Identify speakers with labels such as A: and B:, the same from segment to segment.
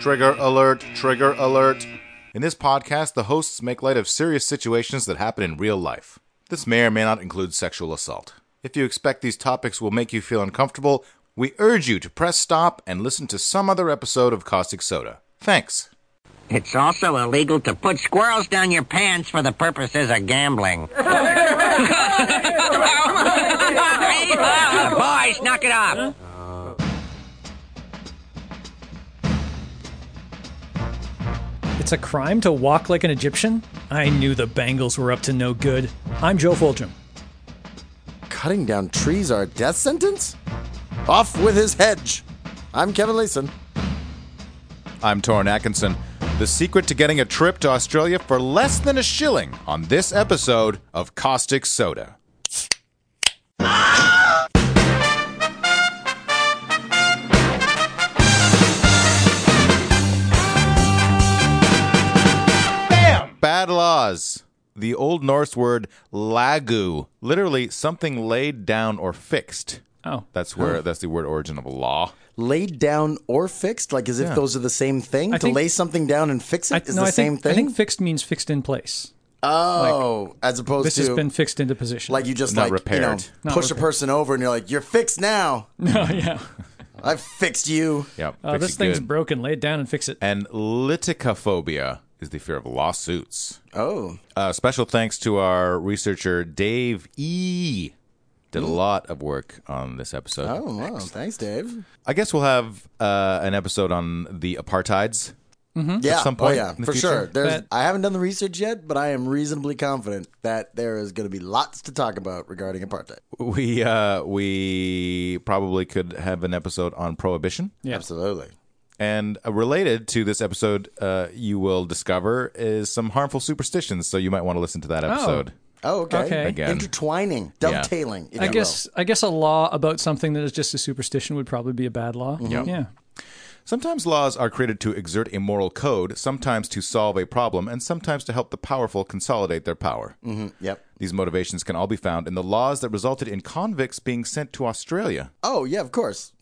A: Trigger alert, trigger alert. In this podcast, the hosts make light of serious situations that happen in real life. This may or may not include sexual assault. If you expect these topics will make you feel uncomfortable, we urge you to press stop and listen to some other episode of Caustic Soda. Thanks.
B: It's also illegal to put squirrels down your pants for the purposes of gambling. Boys, knock it off.
C: It's a crime to walk like an Egyptian? I knew the Bengals were up to no good. I'm Joe Fulgham.
D: Cutting down trees are a death sentence? Off with his hedge. I'm Kevin Leeson.
A: I'm Torrin Atkinson. The secret to getting a trip to Australia for less than a shilling on this episode of Caustic Soda. Bam! Bad laws. The Old Norse word lagu, literally something laid down or fixed.
C: Oh.
A: That's where that's the word origin of law.
D: Laid down or fixed, like as if those are the same thing.
C: I
D: to
C: think-
D: lay something down and fix it is the
C: I
D: same
C: think,
D: thing.
C: I think fixed means fixed in place.
D: oh, as opposed
C: This
D: to
C: has been fixed into position.
D: like you just
A: Not
D: like you know
A: repaired.
C: Not
D: push a
C: repaired.
D: person over and you're like you're fixed now.
C: no, Oh, yeah.
D: I fixed you.
A: Yep.
C: Uh,
A: fix
C: this
A: it
C: thing's
A: good.
C: broken. Lay it down and fix it.
A: And liticophobia is the fear of lawsuits.
D: Oh,
A: Uh, special thanks to our researcher, Dave E. Did a
C: Hmm.
A: lot of work on this episode.
D: oh, wow. Thanks, Dave.
A: I guess we'll have uh, an episode on the apartheids.
D: Yeah,
A: some
D: oh
A: point
D: yeah,
A: in the
D: for
A: future.
D: sure. There's,
C: Hmm? But-
D: I haven't done the research yet, but I am reasonably confident that there is going to be lots to talk about regarding apartheid.
A: We uh, we probably could have an episode on prohibition.
C: Yeah.
D: Absolutely.
A: And uh, related to this episode, uh, you will discover is some harmful superstitions. So you might want to listen to that episode.
D: Oh, okay.
C: Okay.
A: Again.
D: Intertwining, dovetailing. if
C: I
D: you
C: guess I guess a law about something that is just a superstition would probably be a bad law. Yeah.
A: Sometimes laws are created to exert a moral code, sometimes to solve a problem, and sometimes to help the powerful consolidate their power.
D: will. Yep.
A: These motivations can all be found in the laws that resulted in convicts being sent to Australia.
D: Oh, yeah, of course.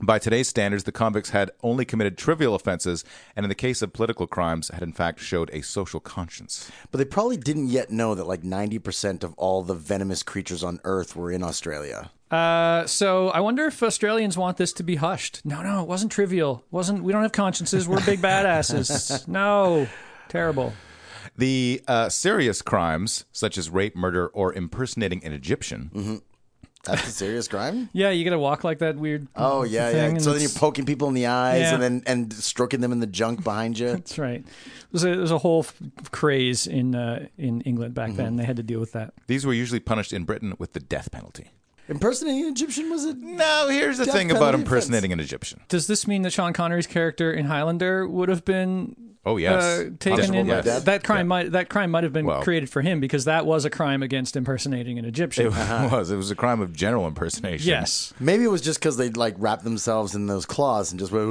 A: By today's standards, the convicts had only committed trivial offenses, and in the case of political crimes, had in fact showed a social conscience.
D: But they probably didn't yet know that like 90% of all the venomous creatures on Earth were in Australia.
C: Uh, so I wonder if Australians want this to be hushed. No, no, it wasn't trivial. wasn't We don't have consciences. We're big badasses. No. Terrible.
A: The uh, serious crimes, such as rape, murder, or impersonating an Egyptian,
D: Mm-hmm. That's a serious crime?
C: Yeah, you got to walk like that weird.
D: Oh, yeah,
C: thing,
D: yeah.
C: and
D: So then you're
C: it's-
D: poking people in the eyes
C: Yeah.
D: and then and stroking them in the junk behind you.
C: That's right. There's a, there's a whole f- craze in uh, in England back
A: Mm-hmm.
C: then. They had to deal with that.
A: these were usually punished in Britain with the death penalty.
D: Impersonating an Egyptian was it?
A: Now, here's the
D: Death
A: thing about
D: penalty offense.
A: impersonating an Egyptian.
C: Does this mean that Sean Connery's character in Highlander would have been
A: Oh, yes.
C: uh, taken
A: Punishable
C: in?
A: by
D: death?
C: That crime might that crime might have been
A: Well-
C: created for him because that was a crime against impersonating an Egyptian.
A: It was. It was a crime of general impersonation.
C: yes.
D: Maybe it was just because they like wrapped themselves in those claws and just went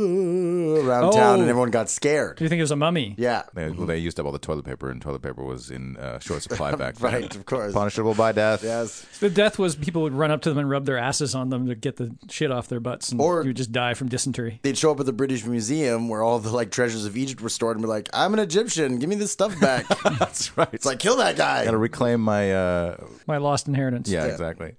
D: "Ooh," around
C: Oh.
D: town and everyone got scared.
C: Do you think it was a mummy?
D: Yeah.
A: They, well, they used up all the toilet paper, and toilet paper was in uh, short supply back then.
D: Right, of course.
A: Punishable by death.
D: Yes.
C: The death was people would run up to them and rub their asses on them to get the shit off their butts, and
D: Or-
C: you would just die from dysentery.
D: They'd show up at the British Museum where all the like treasures of Egypt were stored and be like, I'm an Egyptian, give me this stuff back.
A: That's right.
D: it's like kill that guy.
A: Gotta reclaim my. Uh,
C: My lost inheritance.
A: yeah, exactly.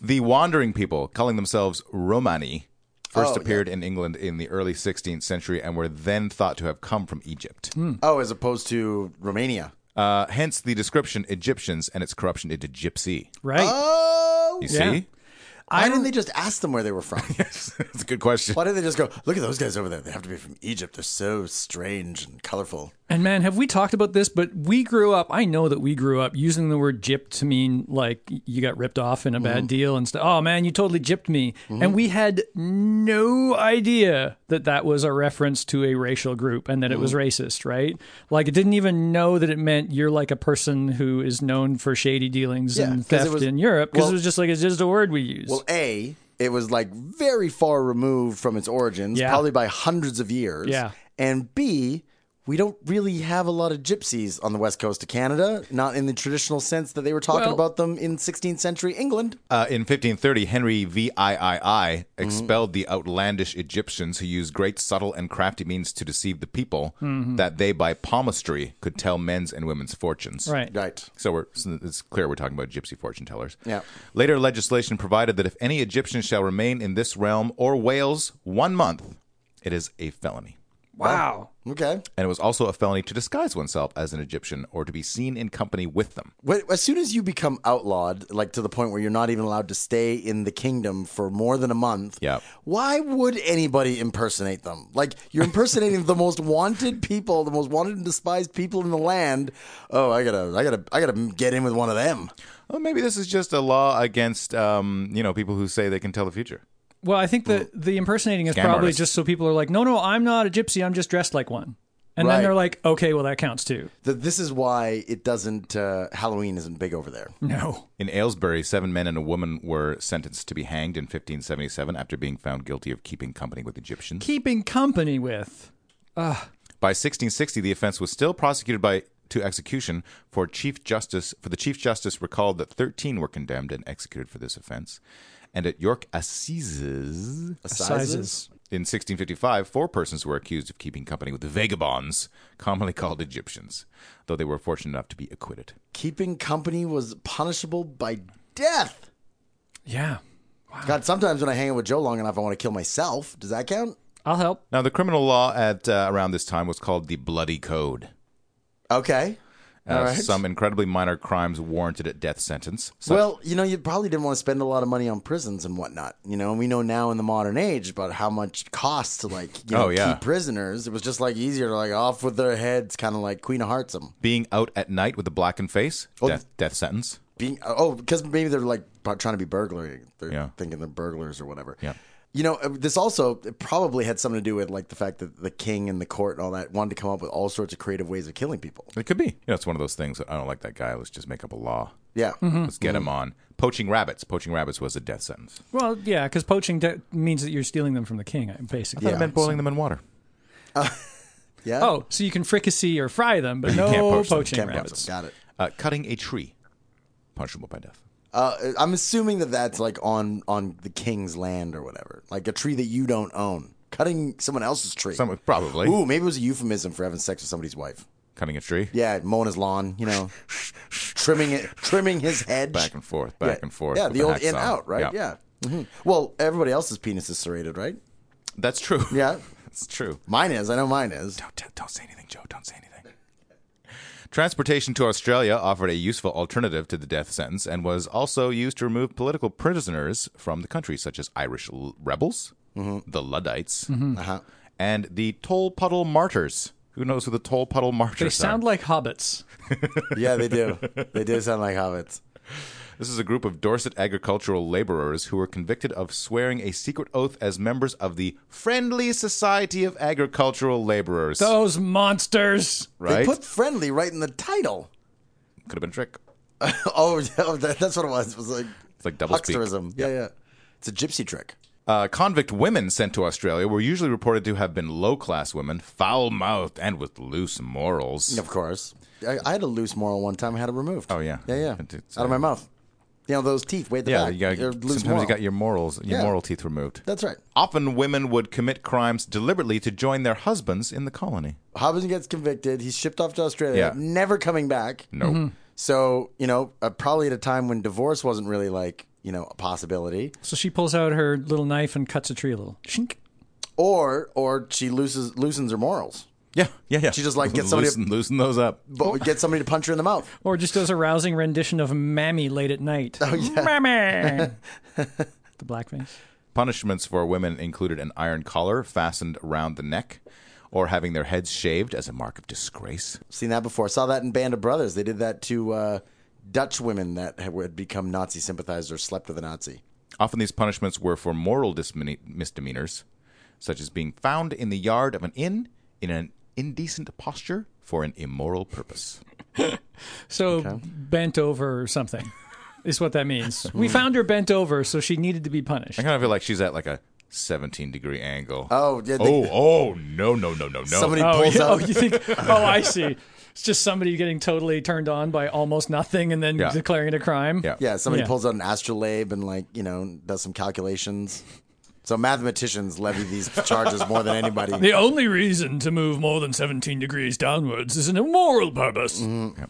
A: The wandering people, calling themselves Romani, first
D: Oh, yeah.
A: appeared in England in the early 16th century and were then thought to have come from Egypt.
D: Oh, as opposed to Romania.
A: Uh, hence the description Egyptians and its corruption into gypsy.
C: Right.
D: Oh,
A: You
C: Yeah.
A: see?
D: why didn't they just ask them where they were from?
A: That's a good question.
D: why didn't they just go? Look at those guys over there. They have to be from Egypt. They're so strange and colorful.
C: And man, have we talked about this? But we grew up. I know that we grew up using the word "gypped" to mean like you got ripped off in a
D: Mm-hmm.
C: bad deal and stuff. Oh man, you totally gypped me. And we had no idea that that was a reference to a racial group and that it was
D: Mm-hmm.
C: racist, right? Like, it didn't even know that it meant you're like a person who is known for shady dealings
D: Yeah, 'cause
C: and
D: it
C: theft
D: was-
C: in Europe because
D: well-
C: it was just like it's just a word we use.
D: Well, a it was like very far removed from its origins,
C: Yeah.
D: probably by hundreds of years.
C: Yeah.
D: and b we don't really have a lot of gypsies on the west coast of Canada, not in the traditional sense that they were talking
C: Well-
D: about them in 16th century England.
A: Uh, in 1530, Henry VIII expelled the outlandish Egyptians who used great subtle and crafty means to deceive the people, that they by palmistry could tell men's and women's fortunes.
C: Right.
D: Right.
A: So we're so it's clear we're talking about gypsy fortune tellers.
D: Yeah.
A: Later legislation provided that if any Egyptian shall remain in this realm or Wales one month, it is a felony.
C: Wow.
D: Okay.
A: And it was also a felony to disguise oneself as an Egyptian or to be seen in company with them.
D: Wh- As soon as you become outlawed, like to the point where you're not even allowed to stay in the kingdom for more than a month,
A: Yep.
D: why would anybody impersonate them? Like, you're impersonating the most wanted people, the most wanted and despised people in the land. Oh, I gotta, I gotta, I gotta get in with one of them.
A: Well, maybe this is just a law against um, you know people who say they can tell the future.
C: Well, I think the the impersonating is
A: Scam
C: probably
A: artist.
C: just so people are like, no, no, I'm not a gypsy. I'm just dressed like one. And
D: Right.
C: then they're like, okay, well that counts too.
D: Th- This is why it doesn't, uh, Halloween isn't big over there.
C: No.
A: In Aylesbury, seven men and a woman were sentenced to be hanged in 1577 after being found guilty of keeping company with Egyptians.
C: Keeping company with.
A: By 1660, the offense was still prosecuted by to execution for Chief Justice. For the Chief Justice recalled that 13 were condemned and executed for this offense, and at York Assizes
C: Sizes.
A: in 1655, four persons were accused of keeping company with the vagabonds, commonly called Egyptians, though they were fortunate enough to be acquitted.
D: Keeping company was punishable by death.
C: Yeah.
D: God, sometimes when I hang out with Joe long enough, I want to kill myself. Does that count?
C: I'll help.
A: Now, the criminal law at uh, around this time was called the Bloody Code.
D: Okay.
A: Uh,
D: All right.
A: Some incredibly minor crimes warranted a death sentence. So
D: well, you know, you probably didn't want to spend a lot of money on prisons and whatnot. You know, and we know now in the modern age about how much it costs to like, you know,
A: Oh, yeah.
D: keep prisoners. It was just like easier to like off with their heads, kind of like Queen of Hearts them.
A: being out at night with a blackened face,
D: Oh,
A: death, death sentence.
D: Being oh, because maybe they're like bu- trying to be burglary. They're
A: Yeah.
D: thinking they're burglars or whatever.
A: Yeah.
D: You know, uh, this also it probably had something to do with like the fact that the king and the court and all that wanted to come up with all sorts of creative ways of killing people.
A: It could be. You know, it's one of those things. that, I don't like that guy. Let's just make up a law.
D: Yeah.
C: Hmm.
A: Let's get him on. Poaching rabbits. Poaching rabbits was a death sentence.
C: Well, yeah, because poaching de- means that you're stealing them from the king, basically.
A: I meant boiling them in water.
D: Yeah.
C: Oh, so you can fricassee or fry them, but no
A: can't poach them.
C: poaching
A: Can't poach
C: rabbits.
D: Got it.
A: Uh, cutting a tree. Punishable by death.
D: Uh, I'm assuming that that's like on on the king's land or whatever, like a tree that you don't own, cutting someone else's tree.
A: Some, probably.
D: Ooh, maybe it was a euphemism for having sex with somebody's wife.
A: Cutting a tree.
D: Yeah, mowing his lawn, you know, trimming it, trimming his hedge.
A: Back and forth, back and forth.
D: Yeah,
A: with
D: the old
A: hacksaw.
D: in out, right? Yeah. Mhm. Well, everybody else's penis is serrated, right?
A: That's true.
D: Yeah,
A: That's true.
D: mine is. I know mine is.
A: Don't, Oh, don't say anything, Joe. Don't say anything. Transportation to Australia offered a useful alternative to the death sentence and was also used to remove political prisoners from the country, such as Irish l- rebels, the Luddites,
D: Uh-huh.
A: and the Toll Puddle Martyrs. Who knows who the Toll Puddle Martyrs
C: They
A: are?
C: sound like hobbits.
D: Yeah, they do. they do sound like hobbits.
A: This is a group of Dorset agricultural laborers who were convicted of swearing a secret oath as members of the Friendly Society of Agricultural Laborers.
C: Those monsters.
A: right?
D: They put friendly right in the title.
A: Could have been a trick.
D: Oh, yeah, that- that's what it was. It was like
A: It's like double speak.
D: hucksterism. Yeah, yeah. It's a gypsy trick.
A: Uh, convict women sent to Australia were usually reported to have been low class women, foul mouthed, and with loose morals.
D: Of course. I, I had a loose moral one time. I had it removed.
A: Oh, yeah.
D: Yeah, yeah.
A: It- it's,
D: Out of
A: uh,
D: my mouth. You know, those teeth way at the
A: Yeah,
D: back.
A: you got,
D: They're loose
A: sometimes
D: moral.
A: you got your morals, your
D: Yeah.
A: moral teeth removed.
D: That's right.
A: Often women would commit crimes deliberately to join their husbands in the colony.
D: Hobson gets convicted. He's shipped off to Australia,
A: Yeah.
D: never coming back. Mm-hmm.
A: No.
D: So, you know, uh, probably at a time when divorce wasn't really like, you know, a possibility.
C: So she pulls out her little knife and cuts a tree a little. Shink.
D: Or or she looses loosens her morals.
A: Yeah, yeah, yeah. She
D: just, like, gets somebody-
A: loosen, loosen those up.
D: But get somebody to punch her in the mouth.
C: Or just does a rousing rendition of Mammy late at night. Oh, yeah. Mammy! the blackface.
A: Punishments for women included an iron collar fastened around the neck, or having their heads shaved as a mark of disgrace.
D: Seen that before. Saw that in Band of Brothers. They did that to uh, Dutch women that had had become Nazi sympathizers or slept with a Nazi.
A: Often these punishments were for moral dismine- misdemeanors, such as being found in the yard of an inn in an indecent posture for an immoral purpose.
C: So bent over or something is what that means. we found her bent over, so she needed to be punished.
A: I kind of feel like she's at like a 17 degree angle.
D: Oh, yeah, they-
A: oh, oh, no, no, no, no, no.
D: Somebody
C: Oh,
D: pulls
C: yeah.
D: out.
C: oh, you think? Oh, I see. It's just somebody getting totally turned on by almost nothing and then
A: Yeah.
C: declaring it a crime.
A: Yeah.
D: Yeah, somebody
C: Yeah.
D: pulls out an astrolabe and like you know does some calculations. So mathematicians levy these charges more than anybody.
C: The only reason to move more than 17 degrees downwards is an immoral purpose.
D: Mm-hmm.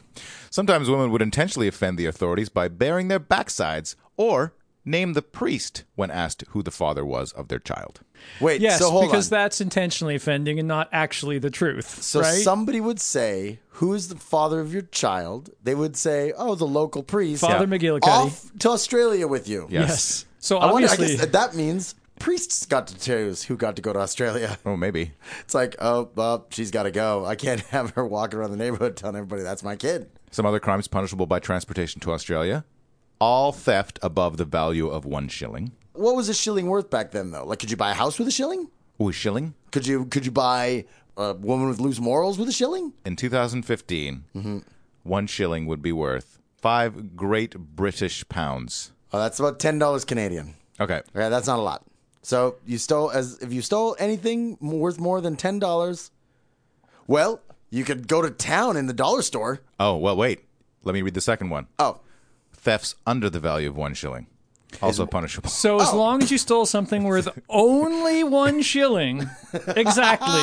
A: Sometimes women would intentionally offend the authorities by baring their backsides or name the priest when asked who the father was of their child.
D: Wait,
C: Yes,
D: so hold
C: because
D: on.
C: that's intentionally offending and not actually the truth.
D: so
C: right?
D: somebody would say, "Who is the father of your child?" They would say, "Oh, the local priest."
C: Father
A: Yeah.
C: McGillicuddy.
D: Off to Australia with you.
A: Yes.
C: Yes. So
D: I wonder. I
C: obviously,
D: guess that, that means priests got to choose who got to go to Australia.
A: Oh, maybe.
D: It's like, oh, well, she's got to go. I can't have her walking around the neighborhood telling everybody that's my kid.
A: Some other crimes punishable by transportation to Australia. All theft above the value of one shilling.
D: What was a shilling worth back then, though? Like, could you buy a house with a shilling?
A: Ooh, shilling?
D: Could you could you buy a woman with loose morals with a shilling?
A: In 2015,
D: Mm-hmm.
A: one shilling would be worth five great British pounds.
D: Oh, that's about ten dollars Canadian.
A: Okay.
D: Okay, that's not a lot. So you stole as if you stole anything worth more than ten dollars. Well, you could go to town in the dollar store.
A: Oh, well, wait. Let me read the second one.
D: Oh,
A: Thefts under the value of one shilling. Also punishable.
C: so
D: Oh.
C: as long as you stole something worth only one shilling, exactly,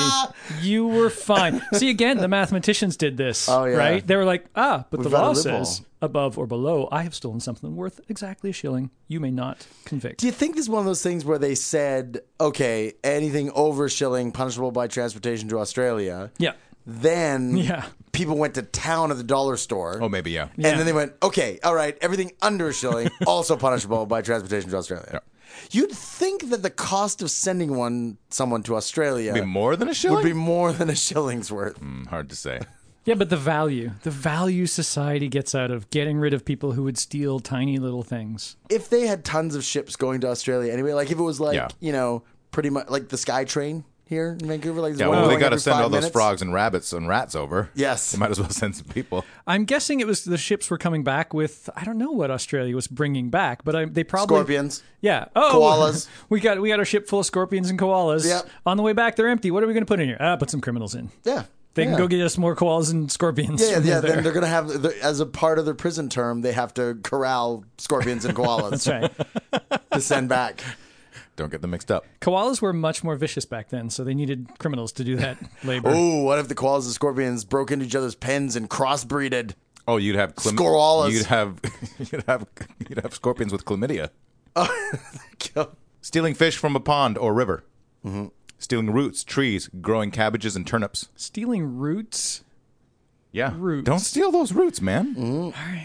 C: you were fine. See, again, the mathematicians did this,
D: Oh, yeah.
C: right? They were like, ah, but the
D: got a
C: law
D: loophole.
C: says above or below, I have stolen something worth exactly a shilling. You may not convict.
D: do you think this is one of those things where they said, okay, anything over a shilling punishable by transportation to Australia?
C: Yeah.
D: Then
C: Yeah.
D: people went to town at the dollar store.
A: Oh, maybe, yeah.
D: And then they went, okay, all right, everything under a shilling also punishable by transportation to Australia. You'd think that the cost of sending one someone to Australia
A: Be Mm. more than a shilling?
D: would be more than a shilling's worth.
A: Hard to say.
C: Yeah, but the value, the value society gets out of getting rid of people who would steal tiny little things.
D: If they had tons of ships going to Australia anyway, like if it was like
A: Yeah.
D: you know pretty much like the Sky Train here in Vancouver, like there's
A: Yeah,
D: one
A: well, they
D: going
A: got to
D: every
A: send
D: five
A: all those
D: minutes.
A: frogs and rabbits and rats over.
D: Yes.
A: They might as well send some people.
C: I'm guessing it was the ships were coming back with I don't know what Australia was bringing back, but I, they probably
D: Scorpions.
C: Yeah. Oh,
D: Koalas.
C: We got we got our ship full of scorpions and koalas.
D: Yep.
C: On the way back, they're empty. What are we going to put in here? Ah, put some criminals in.
D: Yeah,
C: They
D: yeah.
C: can go get us more koalas and scorpions.
D: Yeah,
C: when they're
D: yeah. Then
C: there.
D: they're gonna have the, as a part of their prison term, they have to corral scorpions and koalas
C: That's right.
D: to send back.
A: Don't get them mixed up.
C: koalas were much more vicious back then, so they needed criminals to do that labor.
D: Ooh, what if the koalas and scorpions broke into each other's pens and crossbreeded?
A: Oh, you'd have chlam-
D: Squirrelas.
A: You'd have you'd have you'd have scorpions with chlamydia.
D: Oh,
A: Stealing fish from a pond or river. Stealing roots, trees, growing cabbages and turnips.
C: Stealing roots.
A: Yeah.
C: Roots.
A: Don't steal those roots, man.
D: Mm-hmm.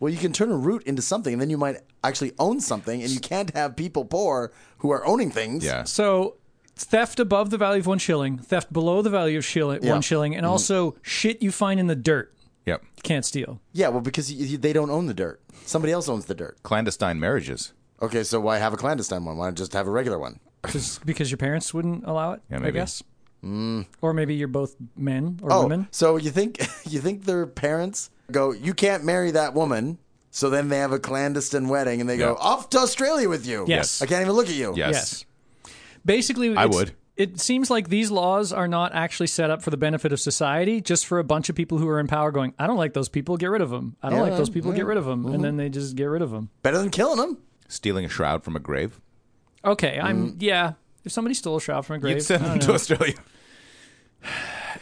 D: Well, you can turn a root into something, and then you might actually own something, and you can't have people poor who are owning things.
A: Yeah.
C: So theft above the value of one shilling, theft below the value of shilling,
D: Yeah. Mm-hmm.
C: one shilling, and also shit you find in the dirt.
A: Yep.
C: Can't steal.
D: Yeah, well, because y y they don't own the dirt. Somebody else owns the dirt.
A: Clandestine marriages.
D: Okay, so why have a clandestine one? Why not just have a regular one?
C: Just because your parents wouldn't allow it,
A: Yeah,
C: I
A: maybe.
C: guess. Or maybe you're both men or
D: Mm. Oh,
C: women.
D: so you think you think their parents go, you can't marry that woman. So then they have a clandestine wedding, and they go
A: Yeah.
D: off to Australia with you.
C: Yes.
D: I can't even look at you.
A: Yes.
C: Yes. Basically, it's-
A: would.
C: It seems like these laws are not actually set up for the benefit of society, just for a bunch of people who are in power going, I don't like those people, get rid of them. I don't like those people, get rid of them.
D: Mm-hmm.
C: And then they just get rid of them.
D: Better than killing them.
A: Stealing a shroud from a grave.
C: Okay,
D: Mm-hmm.
C: I'm, yeah. If somebody stole a shroud from a
A: You'd
C: grave.
A: send
C: I
A: them
C: don't
A: to
C: know.
A: Australia.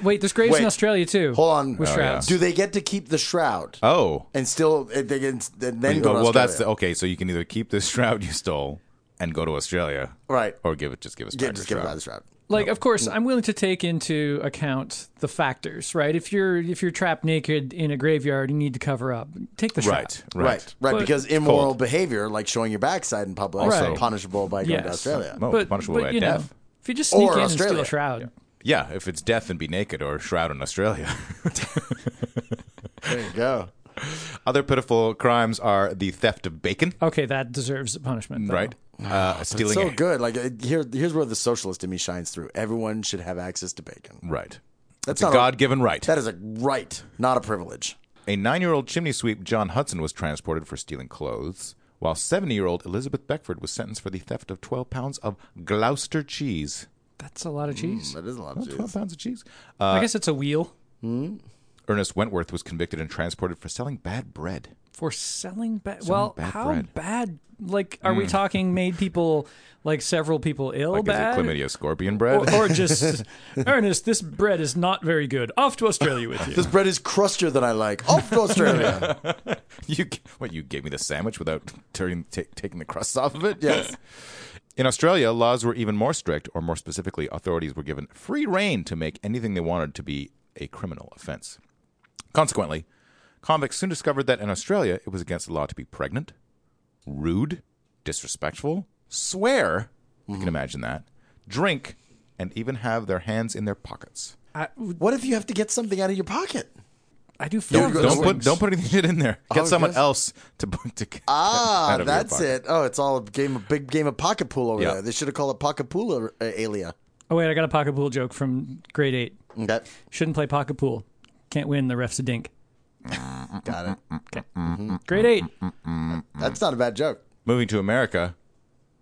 C: Wait, there's graves
D: Wait.
C: in Australia too.
D: Hold on.
C: With
D: Oh,
C: shrouds.
D: Do they get to keep the shroud?
A: Oh.
D: and still and they can then go.
A: Oh,
D: to
A: well, that's the,
D: Australia.
A: okay. So you can either keep this shroud you stole and go to Australia,
D: right.
A: or give it just give us
D: Get,
A: back
D: just
A: your
D: give it
A: shroud.
D: by the shroud.
C: like of course i'm willing to take into account the factors right if you're if you're trapped naked in a graveyard you need to cover up take the shot
A: Right, right.
D: Right, right,
C: But-
D: because immoral behavior, like showing your backside in public,
C: Also-
D: is punishable by going to
C: Yes.
D: Australia.
A: No,
C: but,
A: Oh, punishable
C: but,
A: by
C: you
A: death.
C: know if you just sneak
D: Or
C: in and steal
D: Australia.
C: a shroud
A: Yeah, if it's death and be naked or shroud in Australia.
D: There you go.
A: Other pitiful crimes are the theft of bacon,
C: okay that deserves a punishment though.
A: right? Uh, stealing
D: Oh, So
A: a,
D: good. Like uh, here, here's where the socialist in me shines through. Everyone should have access to bacon.
A: right.
D: That's
A: It's a
D: not
A: God-given right.
D: That is a right, not a privilege.
A: A nine-year-old chimney sweep, John Hudson, was transported for stealing clothes, while 70 year old Elizabeth Beckford was sentenced for the theft of 12 pounds of Gloucester cheese.
C: That's a lot of cheese.
A: Mm,
D: That isn't a lot of cheese.
A: 12 pounds of cheese. Uh,
C: I guess it's a wheel
A: Ernest Wentworth was convicted and transported for selling bad bread.
C: for selling bad. Well,
A: bad
C: how
A: bread. Mm.
C: bad? Like, are we talking made people, like several people ill
A: Like,
C: Oh, bad?
A: is it chlamydia scorpion bread?
C: or, or just, Ernest, this bread is not very good. Off to Australia with you.
D: This bread is crustier than I like. Off to Australia.
A: You g- what? You gave me the sandwich without turning, ta taking the crust off of it?
D: Yes.
A: In Australia, laws were even more strict, or more specifically, authorities were given free reign to make anything they wanted to be a criminal offense. Consequently, convicts soon discovered that in Australia, it was against the law to be pregnant, rude, disrespectful, swear. You
D: Mm-hmm.
A: can imagine that. Drink, and even have their hands in their pockets.
C: I,
D: what if you have to get something out of your pocket?
C: I do feel
D: Don't go-
C: those
A: Don't put
C: things.
A: don't put anything in there. Get
D: Oh,
A: someone
D: yes.
A: else to put to get
D: Ah,
A: out of your
D: that's
A: pocket.
D: it. Oh, it's all a game, a big game of pocket pool over
A: Yeah.
D: there. They should have called it pocket pool or, uh, alia.
C: Oh wait, I got a pocket pool joke from grade eight.
D: That
C: Shouldn't play pocket pool. Can't win. The ref's a dink.
D: got it.
C: Grade eight.
D: That's not a bad joke.
A: Moving to America,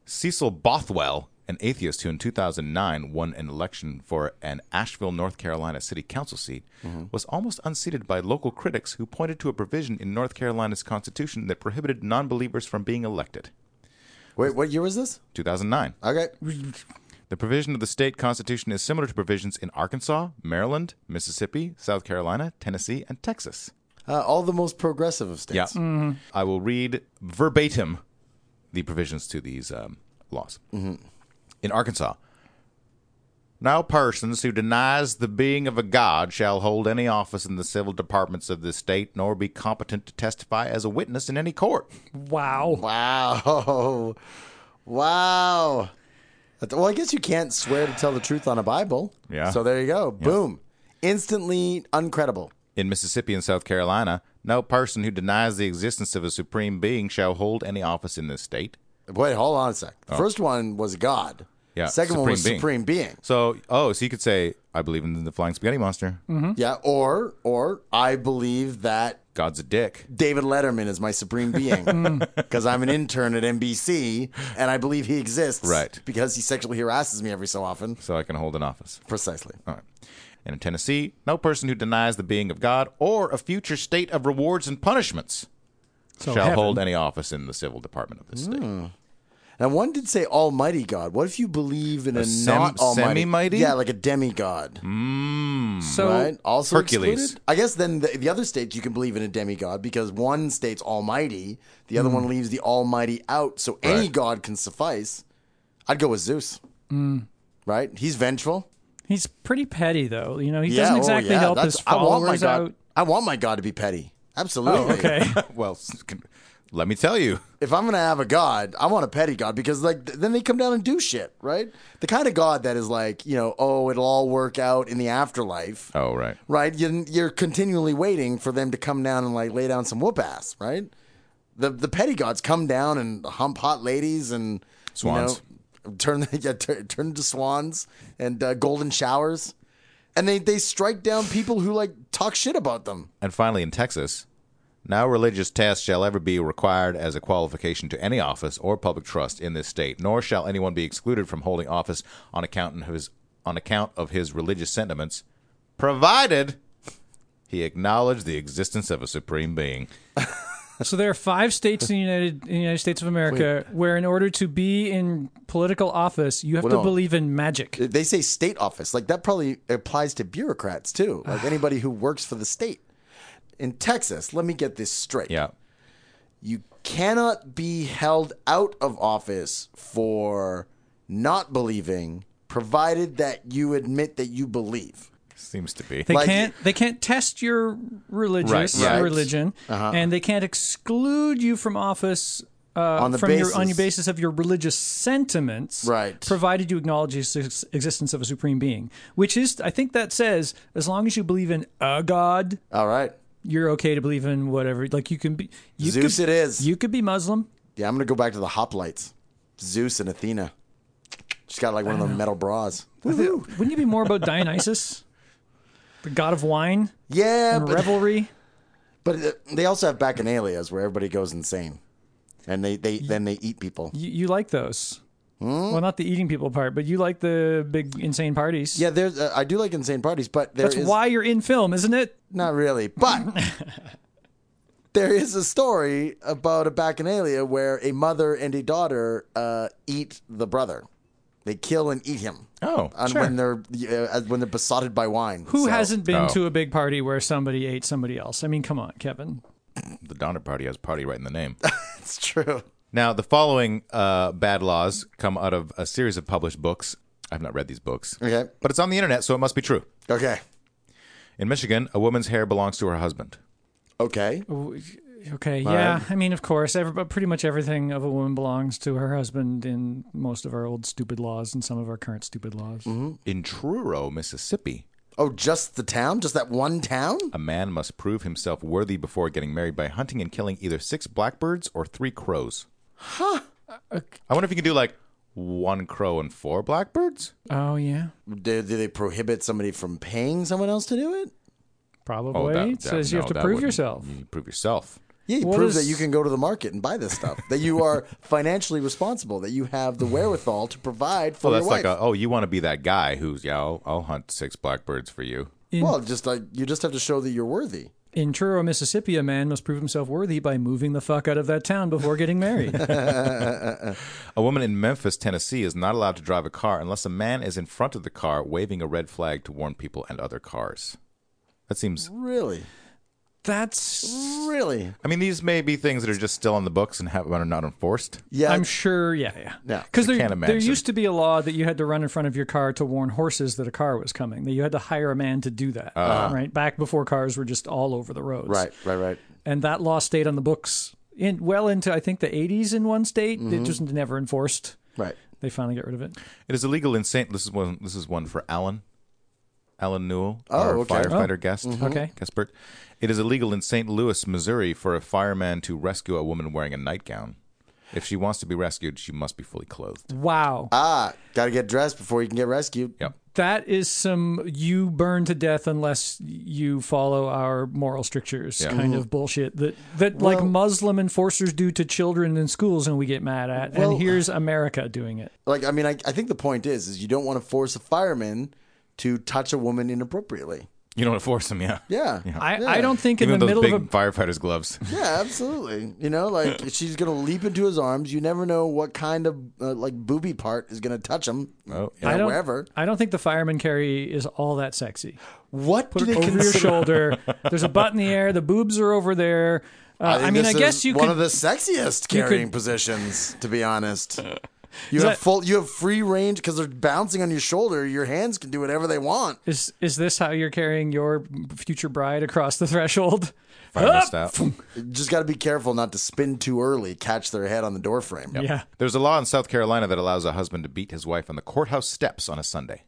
A: Cecil Bothwell, an atheist who in 2009 won an election for an Asheville, North Carolina city council seat, was almost unseated by local critics who pointed to a provision in North Carolina's constitution that prohibited non believers from being elected.
D: Wait, what year was this?
A: 2009.
D: Okay.
A: The provision of the state constitution is similar to provisions in Arkansas, Maryland, Mississippi, South Carolina, Tennessee, and Texas.
D: Uh, all the most progressive of states.
A: Yeah. I will read verbatim the provisions to these um, laws. In Arkansas, no persons who denies the being of a god shall hold any office in the civil departments of this state, nor be competent to testify as a witness in any court.
C: Wow.
D: Wow. Wow. That's- Well, I guess you can't swear to tell the truth on a Bible.
A: Yeah.
D: So there you go. Boom. Instantly uncredible.
A: In Mississippi and South Carolina, no person who denies the existence of a supreme being shall hold any office in this state.
D: Wait, hold on a sec. The first one was God.
A: Oh. Yeah,
D: Second one
A: supreme
D: was
A: being.
D: supreme being.
A: So, oh, so you could say, I believe in the flying spaghetti monster.
D: Yeah. Or or I believe that
A: God's a dick.
D: David Letterman is my supreme
A: Hmm.
D: being because I'm an intern at NBC and I believe he exists.
A: Right.
D: Because he sexually harasses me every so often.
A: So I can hold an office.
D: Precisely.
A: All right. And in Tennessee, no person who denies the being of God or a future state of rewards and punishments
C: So
A: shall
C: heaven.
A: hold any office in the civil department of this state.
D: Now, one did say Almighty God. What if you believe in a,
A: sem-
D: not Almighty?
A: semi-mighty?
D: Yeah, like a demigod.
C: So
D: Right? Also
A: Hercules.
D: excluded? I guess then the, the other states you can believe in a demigod because one state's Almighty, the
C: Hmm.
D: other one leaves the Almighty out. So any
A: Right.
D: god can suffice. I'd go with Zeus.
C: Hmm.
D: Right? He's vengeful.
C: he's pretty petty, though. You know, he
D: yeah.
C: doesn't
D: oh,
C: exactly
D: yeah,
C: help
D: that's-
C: his
D: I want my
C: followers
D: god.
C: out. Oh,
D: I want my god to be petty. Absolutely.
C: Okay.
A: Well, s- can- let me tell you.
D: if I'm gonna have a god, I want a petty god because like th- then they come down and do shit, right? The kind of god that is like, you know, oh, it'll all work out in the afterlife,
A: Oh, right.
D: right? You, you're continually waiting for them to come down and like lay down some whoop ass, right? The the petty gods come down and hump hot ladies and
A: Swans.
D: you know, turn yeah, tur- turn to swans and uh, golden showers, and they they strike down people who like talk shit about them.
A: And finally, in Texas, no religious test shall ever be required as a qualification to any office or public trust in this state, nor shall anyone be excluded from holding office on account of his, on account of his religious sentiments, provided he acknowledged the existence of a supreme being.
C: So there are five states in the United in the United States of America where, in order to be in political office, you have
D: Well,
C: to
D: no.
C: believe in magic.
D: they say state office like that probably applies to bureaucrats too like anybody who works for the state in texas let me get this straight
A: Yeah.
D: you cannot be held out of office for not believing provided that you admit that you believe
A: Seems to be.
C: They
D: Like-
C: can't they can't test your religious
A: Right, right.
C: your religion,
D: Uh-huh.
C: and they can't exclude you from office. Uh,
D: On the
C: from your on your
D: basis-
C: basis of your religious sentiments,
D: Right.
C: Provided you acknowledge the ex- existence of a supreme being, which is, I think that says, as long as you believe in a god,
D: all right
C: you're okay to believe in whatever. Like you can be, you
D: Zeus
C: could,
D: it is.
C: You could be Muslim.
D: yeah i'm gonna go back to the hoplites zeus and athena she's got like one of them metal bras
C: Wouldn't it be more about Dionysus, the god of wine,
D: yeah
C: and
D: but,
C: revelry?
D: but uh, they also have bacchanalias where everybody goes insane and they, they then they eat people.
C: You, you like those.
D: Hmm?
C: Well, not the eating people part, but you like the big insane parties.
D: Yeah, there's uh, I do like insane parties, but there
C: That's
D: is-
C: why you're in film, isn't it?
D: Not really, but there is a story about a bacchanalia where a mother and a daughter uh, eat the brother. They kill and eat him.
A: Oh,
D: on
A: sure.
D: when they're uh, as- when they're besotted by wine.
C: Who
D: So-
C: hasn't been
A: Oh.
C: to a big party where somebody ate somebody else? I mean, come on, Kevin.
A: The Donner Party has party right in the name.
D: It's true.
A: Now, the following uh, bad laws come out of a series of published books. I've not read these books.
D: Okay.
A: But it's on the internet, so it must be true.
D: Okay.
A: In Michigan, a woman's hair belongs to her husband.
D: Okay.
C: Okay, yeah. I mean, of course, every, but pretty much everything of a woman belongs to her husband in most of our old stupid laws and some of our current stupid laws.
D: Mm-hmm.
A: In Truro, Mississippi,
D: Oh, just the town? Just that one town?
A: a man must prove himself worthy before getting married by hunting and killing either six blackbirds or three crows. Huh. I wonder if you can do like one crow and four blackbirds?
C: Oh, yeah.
D: Do, do they prohibit somebody from paying someone else to do it?
C: Probably.
A: Oh, that- that-
C: Says you
A: no,
C: have to
A: that
C: prove
A: wouldn't-
C: yourself.
A: You prove yourself.
D: Yeah, you
C: What
D: prove that
C: is-
D: you can go to the market and buy this stuff. that you are financially responsible. That you have the wherewithal to provide for
A: Well, that's
D: your
A: like,
D: wife.
A: a, oh, you want to be that guy who's, yeah, I'll, I'll hunt six blackbirds for you.
D: well, just like you just have to show that you're worthy.
C: In Truro, Mississippi, a man must prove himself worthy by moving the fuck out of that town before getting married.
A: A woman in Memphis, Tennessee is not allowed to drive a car unless a man is in front of the car waving a red flag to warn people and other cars. That seems.
D: Really,
C: That's.
D: really.
A: I mean, these may be things that are just still on the books and have, are not enforced.
D: Yeah,
C: I'm sure, yeah, yeah.
D: Yeah,
C: Because
A: I
C: there,
A: can't
C: there
A: imagine.
C: used to be a law that you had to run in front of your car to warn horses that a car was coming, that you had to hire a man to do that,
A: Ah.
C: right? Back before cars were just all over the roads.
D: right, right, right.
C: and that law stayed on the books in well into I think the 80s in one state.
A: Mm-hmm.
C: It just never enforced.
D: Right.
C: They finally got rid of it.
A: It is illegal in Saint. This is one. This is one for Alan. Alan Newell,
D: Oh, mm-hmm.
A: our
D: okay.
A: firefighter guest.
C: Okay.
A: Guestbert. It is illegal in St. Louis, Missouri, for a fireman to rescue a woman wearing a nightgown. If she wants to be rescued, she must be fully clothed.
C: Wow,
D: Ah, gotta get dressed before you can get rescued.
A: Yep.
C: that is some you burn to death unless you follow our moral strictures kind
D: Mm-hmm.
C: of bullshit that that like Muslim enforcers do to children in schools, and we get mad at.
D: Well-
C: and here's America doing it.
D: Like, I mean, I, I think the point is, is you don't want to force a fireman to touch a woman inappropriately.
A: You don't force them, yeah.
D: Yeah.
C: I,
D: Yeah.
C: I don't think
A: Give
C: in
A: them
C: the
A: those
C: middle
A: big
C: of a
A: firefighter's gloves.
D: Yeah, absolutely. You know, like she's gonna leap into his arms. You never know what kind of uh, like booby part is gonna touch him.
A: Oh,
D: you know,
C: I don't,
D: wherever.
C: I don't think the fireman carry is all that sexy.
D: What
C: Put
D: do they
C: it over your
D: consider?
C: shoulder. There's a butt in the air. The boobs are over there. Uh, I,
D: think
C: mean, I
D: this
C: guess
D: is
C: you
D: one
C: could
D: of the sexiest carrying
C: could-
D: positions, to be honest. You
C: that-
D: have full, you have free range because they're bouncing on your shoulder. Your hands can do whatever they want.
C: Is is this how you're carrying your future bride across the threshold?
A: Fireman style.
D: You just got to be careful not to spin too early, catch their head on the door frame.
C: Yeah.
A: There's a law in South Carolina that allows a husband to beat his wife on the courthouse steps on a Sunday.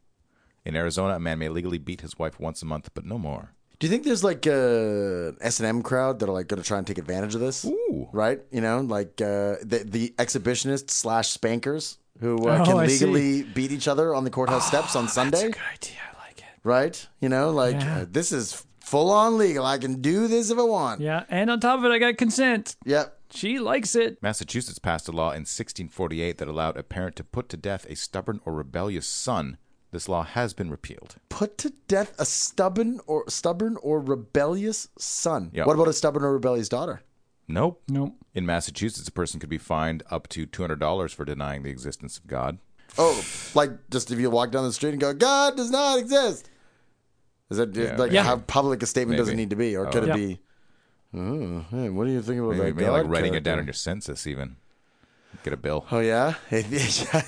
A: In Arizona, a man may legally beat his wife once a month, but no more.
D: Do you think there's like a S and M crowd that are like going to try and take advantage of this?
A: Ooh.
D: Right? You know, like uh, the the exhibitionists slash spankers who uh,
C: Oh,
D: can
C: I see. Oh,
D: legally beat each other on the courthouse steps on Sunday.
C: Good idea. I like it.
D: Right? You know, like uh, this is full on legal. I can do this if I want.
C: Yeah. And on top of it, I got consent.
D: Yep.
C: She likes it.
A: Massachusetts passed a law in 1648 that allowed a parent to put to death a stubborn or rebellious son. This law has been repealed.
D: Put to death a stubborn or stubborn or rebellious son.
A: Yeah.
D: What about a stubborn or rebellious daughter?
A: Nope.
C: Nope.
A: In Massachusetts, a person could be fined up to $200 for denying the existence of God.
D: Oh, like just if you walk down the street and go, God does not exist. Is that like
C: Yeah.
D: how public a statement doesn't
A: Maybe.
D: need to be, or could it be? Oh, hey, what do you think about
A: Maybe,
D: that?
A: maybe like
D: God
A: writing it down
D: character?"
A: in your census, even. Get a bill.
D: Oh yeah, it's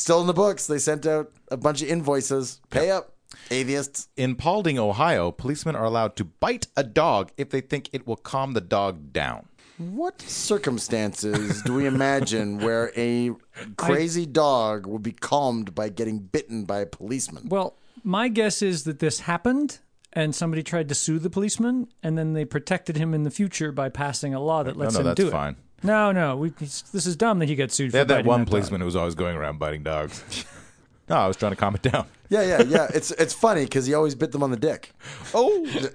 D: still in the books. They sent out a bunch of invoices. Pay up, atheists.
A: In Paulding, Ohio, policemen are allowed to bite a dog if they think it will calm the dog down.
D: What circumstances do we imagine where a crazy dog will be calmed by getting bitten by a policeman?
C: Well, my guess is that this happened and somebody tried to sue the policeman and then they protected him in the future by passing a law that lets
A: no,
C: him
A: that's
C: do
A: fine.
C: it. No, no. We, this is dumb that he got
A: They
C: sued for
A: had that
C: biting
A: one
C: dog.
A: policeman who was always going around biting dogs. no, I was trying to calm it down.
D: Yeah, yeah, yeah. It's it's funny because he always bit them on the dick.
A: Oh.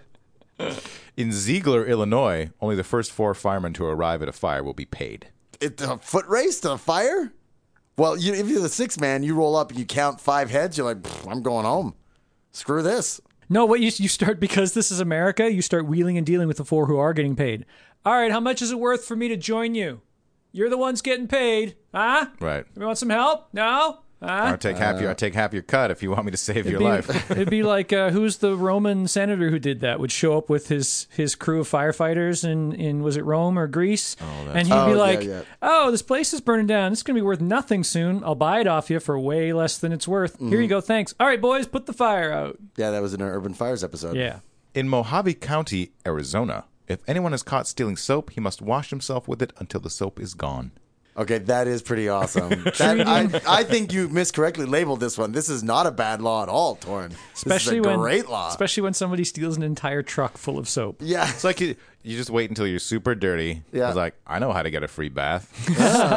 A: In Ziegler, Illinois, only the first four firemen to arrive at a fire will be paid.
D: it, a foot race to the fire? Well, you, if you're the six man, you roll up and you count five heads. You're like, "Pfft, I'm going home. Screw this.
C: No, what you you start because this is America. You start wheeling and dealing with the four who are getting paid. All right, how much is it worth for me to join you? You're the ones getting paid, huh?
A: Right.
C: You want some help? No.
A: I take half your I take half your cut if you want me to save your
C: Be-
A: life.
C: it'd be like uh, who's the Roman senator who did that? Would show up with his his crew of firefighters in in was it Rome or Greece? and he'd
D: Oh,
C: be
D: yeah,
C: like,
D: yeah.
C: "Oh, this place is burning down. It's going to be worth nothing soon. I'll buy it off you for way less than it's worth. Here you
D: Mm-hmm.
C: go. Thanks. All right, boys, put the fire out."
D: Yeah, that was in our Urban Fires episode.
C: Yeah.
A: In Mojave County, Arizona, if anyone is caught stealing soap, he must wash himself with it until the soap is gone.
D: Okay, that is pretty awesome. That, I, I think you miscorrectly labeled this one. This is not a bad law at all, Torn.
C: Especially
D: this is a
C: when
D: great law.
C: especially when somebody steals an entire truck full of soap.
D: yeah.
A: It's like you, you just wait until you're super dirty.
D: Yeah.
A: It's like, I know how to get a free bath.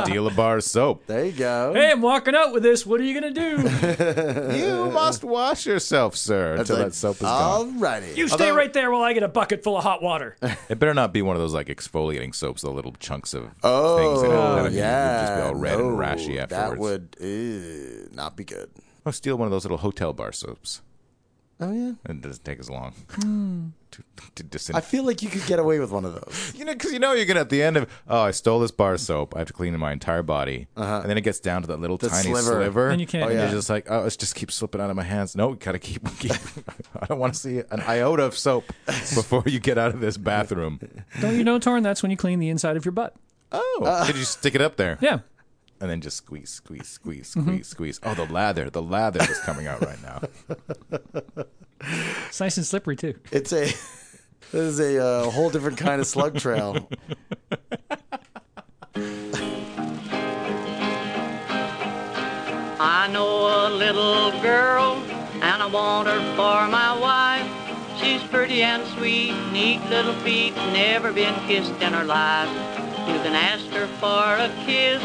A: Steal a bar of soap.
D: There you go.
C: Hey, I'm walking out with this. What are you gonna do?
A: You must wash yourself, sir, until that soap is gone.
D: Alrighty.
C: You stay right there while I get a bucket full of hot water.
A: It better not be one of those like exfoliating soaps, the little chunks of things in it.
D: Oh,
A: that would
D: yeah.
A: just be all red
D: No,
A: and rashy afterwards.
D: That would ew, not be good.
A: Oh, steal one of those little hotel bar soaps.
D: Oh, yeah.
A: It doesn't take as long to, to disinfect.
D: Hmm. I feel like you could get away with one of those.
A: You know, because you know you're gonna at the end of oh, I stole this bar of soap. I have to clean my entire body, and then it gets down to that little tiny
D: sliver.
A: Uh-huh. sliver.
C: And you can't-
A: And
D: yeah.
A: you're just like, oh, it just keeps slipping out of my hands. No, we gotta keep. keep I don't want to see an iota of soap before you get out of this bathroom.
C: Don't you know, Torn? That's when you clean the inside of your butt.
A: Oh, did you stick it up there?
C: Yeah. Mm-hmm.
A: And then just squeeze, squeeze, squeeze, squeeze, squeeze. Oh, the lather, the lather that's coming out right now.
C: It's nice and slippery too.
D: It's a. This is a uh, whole different kind of slug trail.
E: I know a little girl, and I want her for my wife. She's pretty and sweet, neat little feet, never been kissed in her life. You can ask her for a kiss.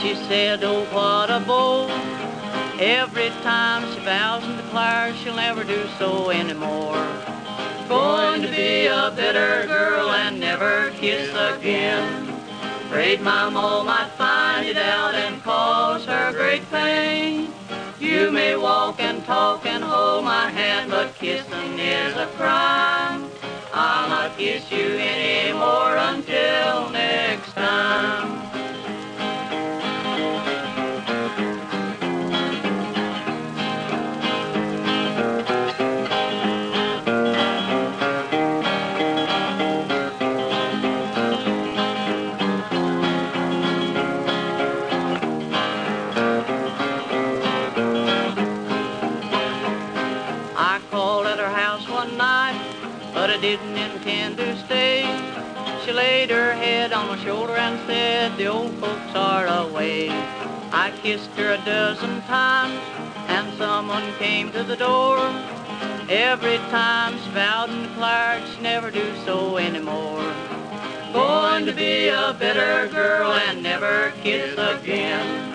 E: She said, oh, what a bow. Every time she vows and declares she'll never do so anymore. Going to be a bitter girl and never kiss again. Afraid my mole might find it out and cause her great pain. You may walk and talk and hold my hand, but kissing is a crime. I'll not kiss you anymore until next time. I called at her house one night, but I didn't intend to stay. She laid her head on my shoulder and said, the old folks are away. I kissed her a dozen times, and someone came to the door. Every time she vowed and declared she never do so anymore. Going to be a bitter girl and never kiss again.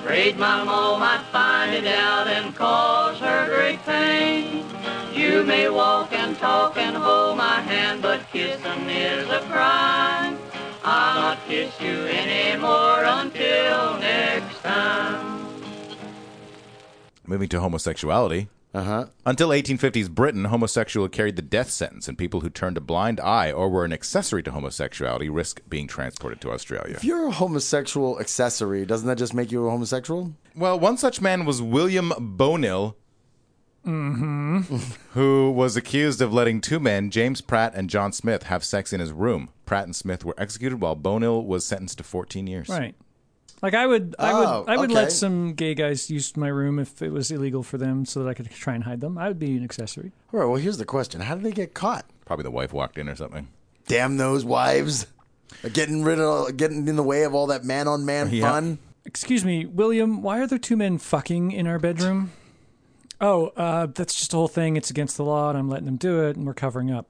E: Afraid my mole might find it out and cause her great pain. You may walk and talk and hold my hand, but kissing is a crime. I'll not kiss you anymore until next time.
A: Moving to homosexuality. Uh huh. Until 1850s Britain, homosexual carried the death sentence, and people who turned a blind eye or were an accessory to homosexuality risk being transported to Australia.
D: If you're a homosexual accessory, doesn't that just make you a homosexual?
A: Well, one such man was William Bonil, who was accused of letting two men, James Pratt and John Smith, have sex in his room. Pratt and Smith were executed while Bonil was sentenced to 14 years.
C: Right. Like I would, I
D: Oh,
C: would, I would
D: okay.
C: let some gay guys use my room if it was illegal for them, so that I could try and hide them. I would be an accessory.
D: All right, well, here's the question How did they get caught?
A: Probably the wife walked in or something.
D: Damn those wives. Getting rid of, getting in the way of all that man on man
A: Yeah.
D: fun.
C: Excuse me, William. Why are there two men fucking in our bedroom? Oh, uh, that's just a whole thing. It's against the law, and I'm letting them do it, and we're covering up.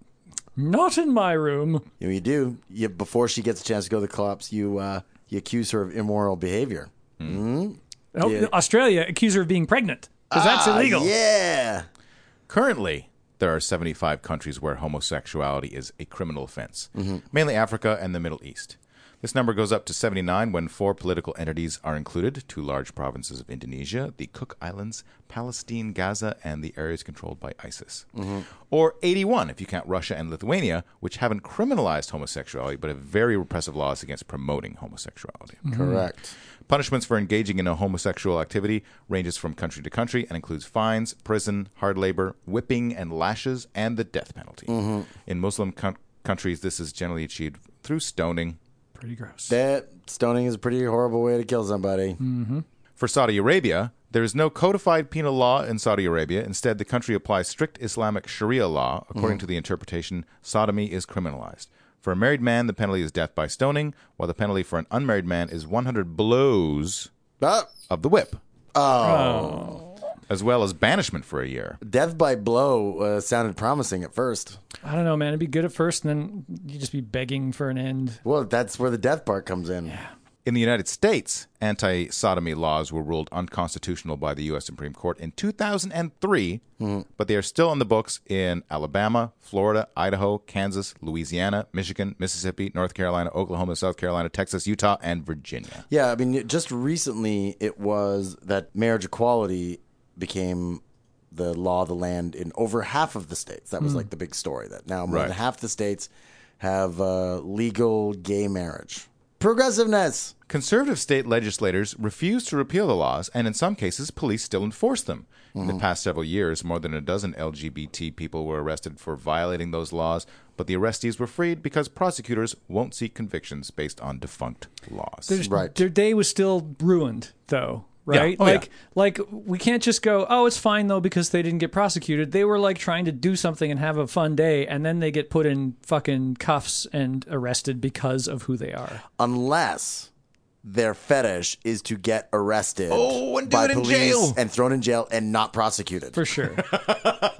C: Not in my room.
D: You, know, you do. You, before she gets a chance to go to the cops, you uh, you accuse her of immoral behavior.
C: Oh, Australia, accuse her of being pregnant because that's illegal.
D: Ah, Yeah.
A: Currently, there are 75 countries where homosexuality is a criminal offense, mainly Africa and the Middle East. This number goes up to 79 when four political entities are included two large provinces of Indonesia, the Cook Islands, Palestine, Gaza, and the areas controlled by ISIS. Or 81 if you count Russia and Lithuania, which haven't criminalized homosexuality but have very repressive laws against promoting homosexuality.
D: Correct.
A: Punishments for engaging in a homosexual activity ranges from country to country and includes fines, prison, hard labor, whipping and lashes, and the death penalty. In Muslim coun countries, this is generally achieved through stoning.
C: Pretty gross.
D: That stoning is a pretty horrible way to kill somebody.
A: For Saudi Arabia, there is no codified penal law in Saudi Arabia. Instead, the country applies strict Islamic Sharia law. According to the interpretation, sodomy is criminalized. For a married man, the penalty is death by stoning, while the penalty for an unmarried man is 100 blows
D: Ah,
A: of the whip. As well as banishment for a year.
D: death by blow uh, sounded promising at first.
C: I don't know, man. It'd be good at first, and then you just be begging for an end.
D: Well, that's where the death part comes in.
A: In the United States, anti sodomy laws were ruled unconstitutional by the U.S. Supreme Court in 2003, but they are still on the books in Alabama, Florida, Idaho, Kansas, Louisiana, Michigan, Mississippi, North Carolina, Oklahoma, South Carolina, Texas, Utah, and Virginia.
D: Yeah, I mean, just recently it was that marriage equality became the law of the land in over half of the states. That was like the big story that now more
A: Hmm. Right.
D: than half the states have uh, legal gay marriage. Progressiveness.
A: Conservative state legislators refuse to repeal the laws, and in some cases, police still enforce them. In
D: Mm-hmm.
A: the past several years, more than a dozen LGBT people were arrested for violating those laws, but the arrestees were freed because prosecutors won't seek convictions based on defunct laws.
C: There's-
D: Right.
C: Their day was still ruined, though. Right?
A: Oh, yeah.
C: like, like we can't just go, oh, it's fine though because they didn't get prosecuted. They were like trying to do something and have a fun day, and then they get put in fucking cuffs and arrested because of who they are.
D: unless their fetish is to get arrested
A: Oh, and do
D: by
A: it in
D: police
A: jail.
D: and thrown in jail and not prosecuted,
C: For sure.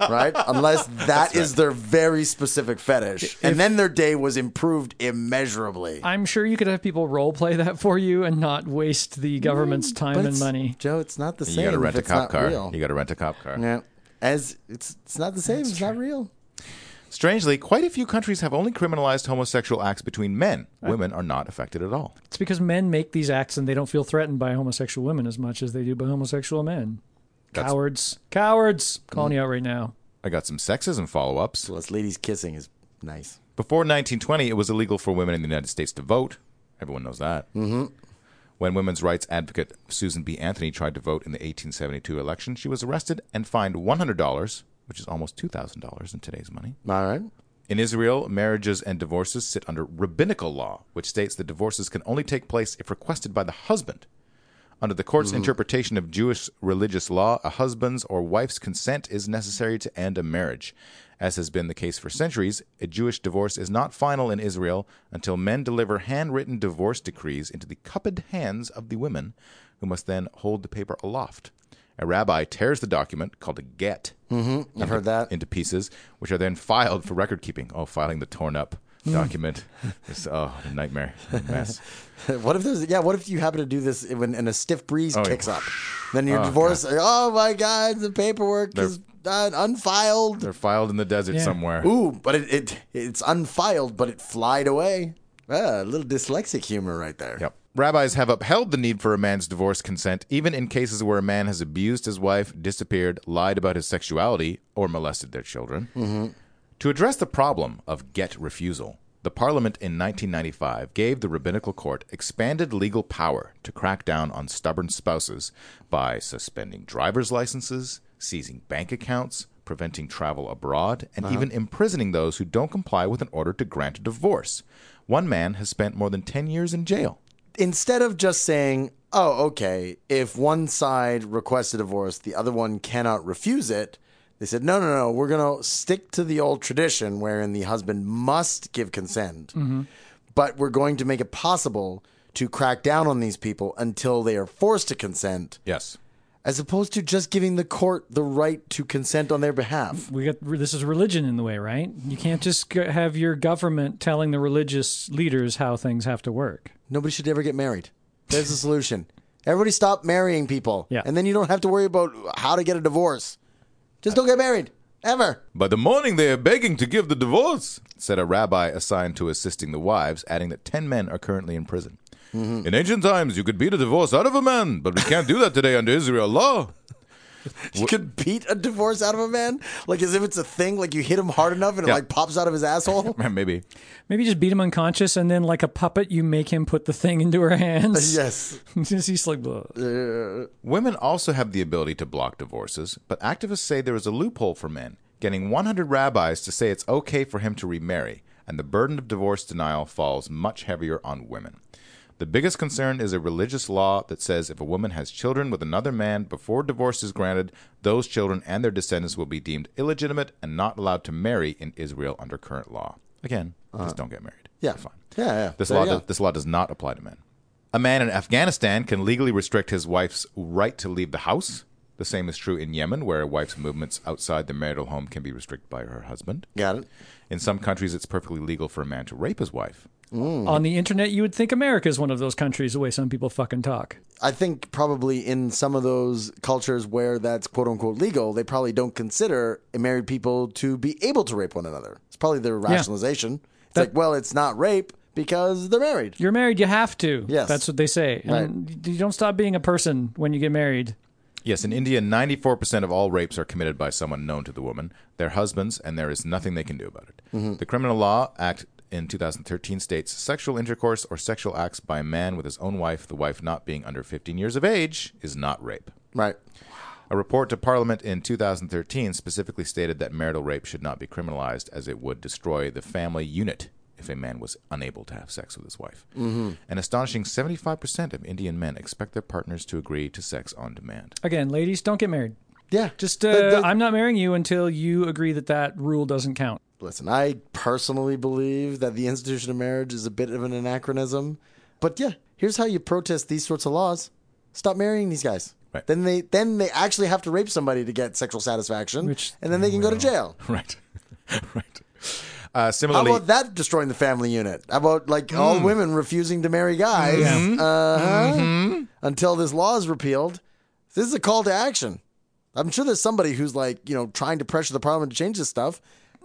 D: right? Unless that is their very specific fetish, and then their day was improved immeasurably.
C: I'm sure you could have people role play that for you and not waste the government's time
D: Mm, But
C: and
D: it's-
C: money.
D: Joe. It's not the same.
A: You got to
D: if
A: rent a
D: it's not
A: cop car.
D: real.
A: You got to rent a cop car.
D: yeah, as it's it's not the same. it's not real.
A: Strangely, quite a few countries have only criminalized homosexual acts between men. Women are not affected at all.
C: It's because men make these acts and they don't feel threatened by homosexual women as much as they do by homosexual men.
A: That's-
C: Cowards. Cowards.
D: Mm.
C: Calling you out right now.
A: I got some sexism follow ups.
D: Plus, ladies kissing is nice.
A: Before 1920, it was illegal for women in the United States to vote. Everyone knows that. Mm-hmm. When women's rights advocate Susan B. Anthony tried to vote in the 1872 election, she was arrested and fined $100, which is almost $2,000 in today's money.
D: All right.
A: In Israel, marriages and divorces sit under rabbinical law, which states that divorces can only take place if requested by the husband. Under the court's interpretation of Jewish religious law, a husband's or wife's consent is necessary to end a marriage. As has been the case for centuries, a Jewish divorce is not final in Israel until men deliver handwritten divorce decrees into the cupped hands of the women, who must then hold the paper aloft. A rabbi tears the document, called a get,
D: I've heard that.
A: into pieces, which are then filed for record keeping. Oh, filing the torn up document. It's, oh, a nightmare. A mess.
D: What if there's yeah? What if you happen to do this when and a stiff breeze
A: Oh, yeah.
D: kicks up? Then your divorce. Oh my God! The paperwork is uh, unfiled.
A: They're filed in the desert somewhere.
D: Ooh, but it, it it's unfiled, but it flied away. Ah, a little dyslexic humor right there.
A: Yep. Rabbis have upheld the need for a man's divorce consent, even in cases where a man has abused his wife, disappeared, lied about his sexuality, or molested their children. To address the problem of get refusal, the parliament in 1995 gave the rabbinical court expanded legal power to crack down on stubborn spouses by suspending driver's licenses, seizing bank accounts, preventing travel abroad, and even imprisoning those who don't comply with an order to grant a divorce. One man has spent more than 10 years in jail.
D: Instead of just saying, "Oh, okay," if one side requests a divorce, the other one cannot refuse it. They said, "No, no, no. We're gonna stick to the old tradition wherein the husband must give consent, but we're going to make it possible." To crack down on these people until they are forced to consent,
A: Yes.
D: as opposed to just giving the court the right to consent on their behalf.
C: we got this is religion in the way, right? You can't just g- have your government telling the religious leaders how things have to work.
D: Nobody should ever get married. There's a solution. Everybody stop marrying people.
C: Yeah.
D: And then you don't have to worry about how to get a divorce. Just don't get married. Ever.
A: By the morning, they are begging to give the divorce, said a rabbi assigned to assisting the wives, adding that 10 men are currently in prison. In ancient times, you could beat a divorce out of a man, but we can't do that today under Israel law.
D: You could beat a divorce out of a man? Like as if it's a thing, like you hit him hard enough and
A: Yeah.
D: it like pops out of his asshole?
A: Maybe.
C: Maybe just beat him unconscious and then, like a puppet, you make him put the thing into her hands.
D: yes.
C: He's like, "Ugh."
A: Women also have the ability to block divorces, but activists say there is a loophole for men, getting 100 rabbis to say it's okay for him to remarry, and the burden of divorce denial falls much heavier on women. The biggest concern is a religious law that says if a woman has children with another man before divorce is granted, those children and their descendants will be deemed illegitimate and not allowed to marry in Israel under current law. Again, just don't get married.
D: Uh, Yeah.
A: You're fine.
D: Yeah, yeah.
A: This
D: There
A: law,
D: you go.
A: does, this law does not apply to men. A man in Afghanistan can legally restrict his wife's right to leave the house. The same is true in Yemen, where a wife's movements outside the marital home can be restricted by her husband.
D: Got it.
A: In some countries, it's perfectly legal for a man to rape his wife.
D: Mm.
C: on the internet, you would think America is one of those countries the way some people fucking talk.
D: I think probably in some of those cultures where that's quote unquote legal, they probably don't consider married people to be able to rape one another. It's probably their rationalization. It's
C: That-
D: like, well, it's not rape because they're married.
C: You're married, you have to.
D: Yes.
C: That's what they say. And you don't stop being a person when you get married.
A: Yes, in India, 94% of all rapes are committed by someone known to the woman, their husbands, and there is nothing they can do about it. The Criminal Law Act in 2013 states sexual intercourse or sexual acts by a man with his own wife, the wife not being under 15 years of age, is not rape.
D: Right.
A: A report to Parliament in 2013 specifically stated that marital rape should not be criminalized as it would destroy the family unit if a man was unable to have sex with his wife. Mm-hmm. An astonishing 75% of Indian men expect their partners to agree to sex on demand.
C: Again, ladies, don't get married.
D: Yeah.
C: Just, uh,
D: The- the-
C: I'm not marrying you until you agree that that rule doesn't count.
D: listen, I personally believe that the institution of marriage is a bit of an anachronism. But yeah, here's how you protest these sorts of laws. Stop marrying these guys.
A: Right.
D: Then they then they actually have to rape somebody to get sexual satisfaction,
C: Which
D: and then they can go to jail.
A: Right. right. Uh,
D: How
A: similarly,
D: about that destroying the family unit? How about like all women refusing to marry guys uh-huh, until this law is repealed? This is a call to action. I'm sure there's somebody who's like, you know, trying to pressure the parliament to change this stuff.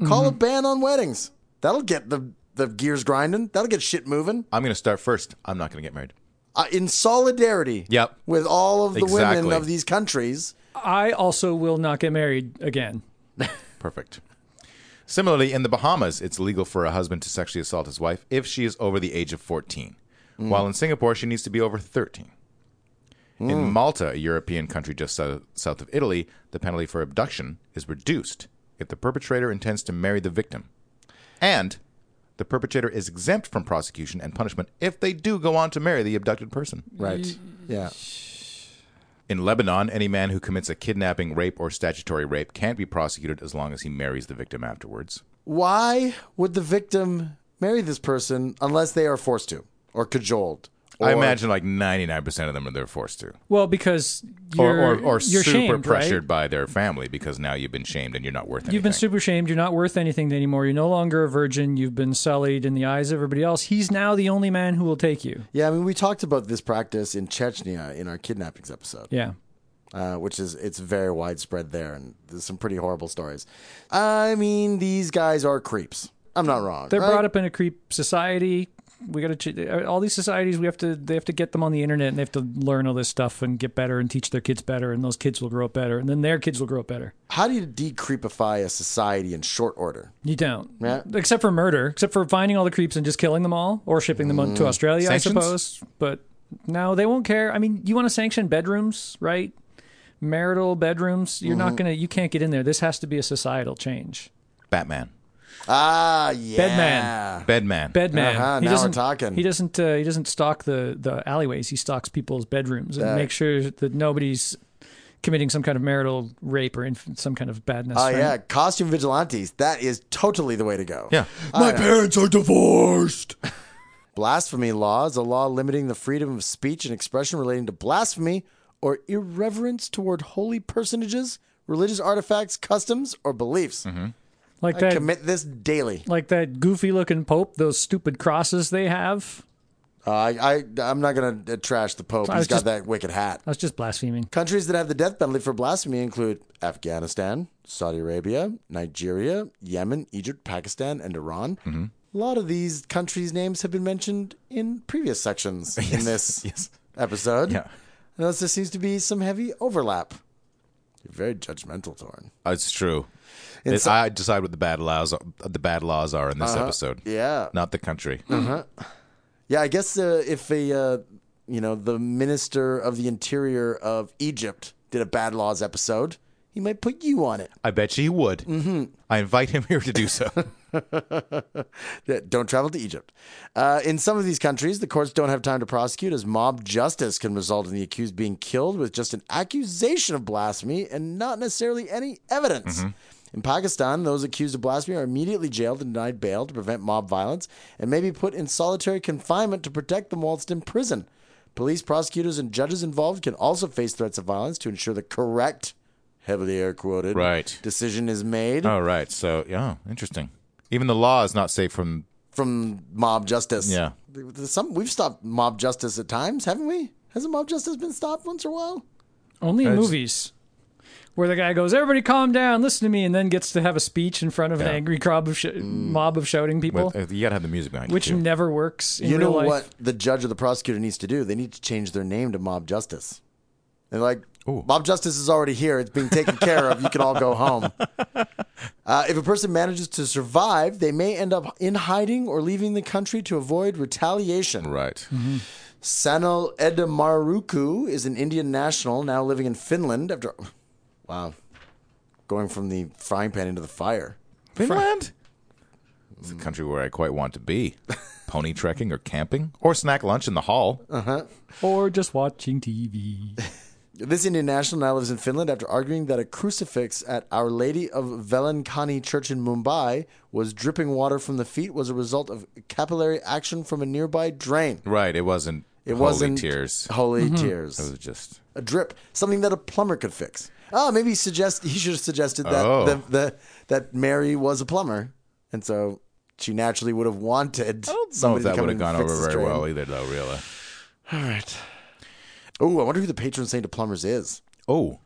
D: Call a ban on weddings. That'll get the, the gears grinding. That'll get shit moving.
A: I'm going to start first. I'm not going to get married.
D: Uh, in solidarity
A: Yep.
D: with all of the
A: Exactly.
D: women of these countries.
C: I also will not get married again.
A: Perfect. Similarly, in the Bahamas, it's legal for a husband to sexually assault his wife if she is over the age of 14, while in Singapore, she needs to be over 13. In Malta, a European country just sou- south of Italy, the penalty for abduction is reduced if the perpetrator intends to marry the victim. And the perpetrator is exempt from prosecution and punishment if they do go on to marry the abducted person.
D: Right. Yeah.
A: In Lebanon, any man who commits a kidnapping, rape, or statutory rape can't be prosecuted as long as he marries the victim afterwards.
D: Why would the victim marry this person unless they are forced to or cajoled?
A: I
D: or-
A: imagine like 99% of them are they're forced to.
C: Well, because
A: Or,
C: you're,
A: or, or super
C: you're shamed,
A: pressured
C: Right?
A: by their family because now you've been shamed and you're not worth anything.
C: You've been super shamed. You're not worth anything anymore. You're no longer a virgin. You've been sullied in the eyes of everybody else. He's now the only man who will take you.
D: Yeah, I mean, we talked about this practice in Chechnya in our kidnappings episode,
C: Yeah.
D: uh, which is it's very widespread there, and there's some pretty horrible stories. I mean, these guys are creeps. I'm not wrong.
C: They're
D: right?
C: brought up in a creep society. We got to ch- all these societies. We have to. They have to get them on the internet, and they have to learn all this stuff and get better and teach their kids better, and those kids will grow up better, and then their kids will grow up better.
D: How do you decreepify a society in short order?
C: You don't,
D: Yeah.
C: except for murder, except for finding all the creeps and just killing them all, or shipping them
D: Mm.
C: to Australia,
A: Sanctions?
C: I suppose. But no, they won't care. I mean, you want to sanction bedrooms, right? Marital bedrooms. You're
D: Mm-hmm.
C: not gonna. You can't get in there. This has to be a societal change.
A: Batman.
D: Ah, yeah.
C: Bedman.
D: Ah,
A: Bedman.
C: Bedman.
D: Uh-huh, now we're talking.
C: He doesn't. Uh, he doesn't stalk the the alleyways. He stalks people's bedrooms and makes sure that nobody's committing some kind of marital rape or inf- some kind of badness.
D: Oh
C: right?
D: yeah, costume vigilantes. That is totally the way to go.
A: yeah. My
C: Uh,
A: parents are divorced.
D: Blasphemy law is a law limiting the freedom of speech and expression relating to blasphemy or irreverence toward holy personages, religious artifacts, customs, or beliefs.
C: Mm-hmm. like
D: I
C: that.
D: Uh, I, I I'm not gonna uh, trash the Pope.
C: I was
D: He's got
C: just-
D: that wicked hat.
C: That's just blaspheming.
D: Countries that have the death penalty for blasphemy include Afghanistan, Saudi Arabia, Nigeria, Yemen, Egypt, Pakistan, and Iran.
A: Mm-hmm.
D: A lot of these countries' names have been mentioned in previous sections in this
A: yes.
D: episode.
A: Yeah.
D: I Notice there seems to be some heavy overlap. You're very judgmental, Torn.
A: Uh, It's true.
D: In
A: It's-
D: so-
A: I decide what the bad laws the bad laws are in this
C: Uh-huh.
A: episode,
D: Yeah.
A: not the country.
C: Mm-hmm.
D: Yeah, I guess uh, if a uh, you know the minister of the interior of Egypt did a bad laws episode, he might put you on it.
A: I bet you he would.
C: Mm-hmm.
A: I invite him here to do so.
D: Yeah, Don't travel to Egypt. Uh, in some of these countries, the courts don't have time to prosecute, as mob justice can result in the accused being killed with just an accusation of blasphemy and not necessarily any evidence. In Pakistan, those accused of blasphemy are immediately jailed and denied bail to prevent mob violence and may be put in solitary confinement to protect them whilst in prison. Police, prosecutors, and judges involved can also face threats of violence to ensure the correct, heavily air quoted,
A: Right. Oh,
D: decision is made
A: All right. So yeah, interesting. Even the law is not safe from.
D: from mob justice.
A: Yeah.
D: Some we've stopped mob justice at times, haven't we? Hasn't mob justice been stopped once in a while?
C: Only in movies. Where the guy goes, everybody calm down, listen to me, and then gets to have a speech in front of
A: Yeah. Mm.
C: an angry crowd of sh- mob of shouting people,
A: With, uh, you gotta have the music behind
C: which
A: you. too.
C: never works in
D: you
C: real
D: know
C: life.
D: what the judge or the prosecutor needs to do? They need to change their name to mob justice. They're like,
A: Ooh.
D: mob justice is already here. It's being taken care of. You can all go home. Uh, if a person manages to survive, they may end up in hiding or leaving the country to avoid retaliation.
A: Right.
D: Sanal Edamaruku is an Indian national now living in Finland after. Wow. Going from the frying pan into the fire.
A: Finland. It's a country where I quite want to be. Pony trekking or camping or snack lunch in the hall.
D: Uh,
C: Or just watching TV.
D: This Indian national now lives in Finland after arguing that a crucifix at Our Lady of Velankani Church in Mumbai was dripping water from the feet was a result of capillary action from a nearby drain.
A: Right. It wasn't.
D: It
A: holy
D: wasn't
A: tears.
D: Holy tears.
A: It was just.
D: a drip, something that a plumber could fix. Oh, maybe he suggest he should have suggested that
A: Oh.
D: the, the, that Mary was a plumber, and so she naturally would have wanted
A: Some of
D: somebody
A: that
D: to come
A: would have gone
D: and fix
A: over
D: the
A: very
D: drain.
A: well either, though. Really.
D: All right. Oh, I wonder who the patron saint of plumbers is.
A: Oh,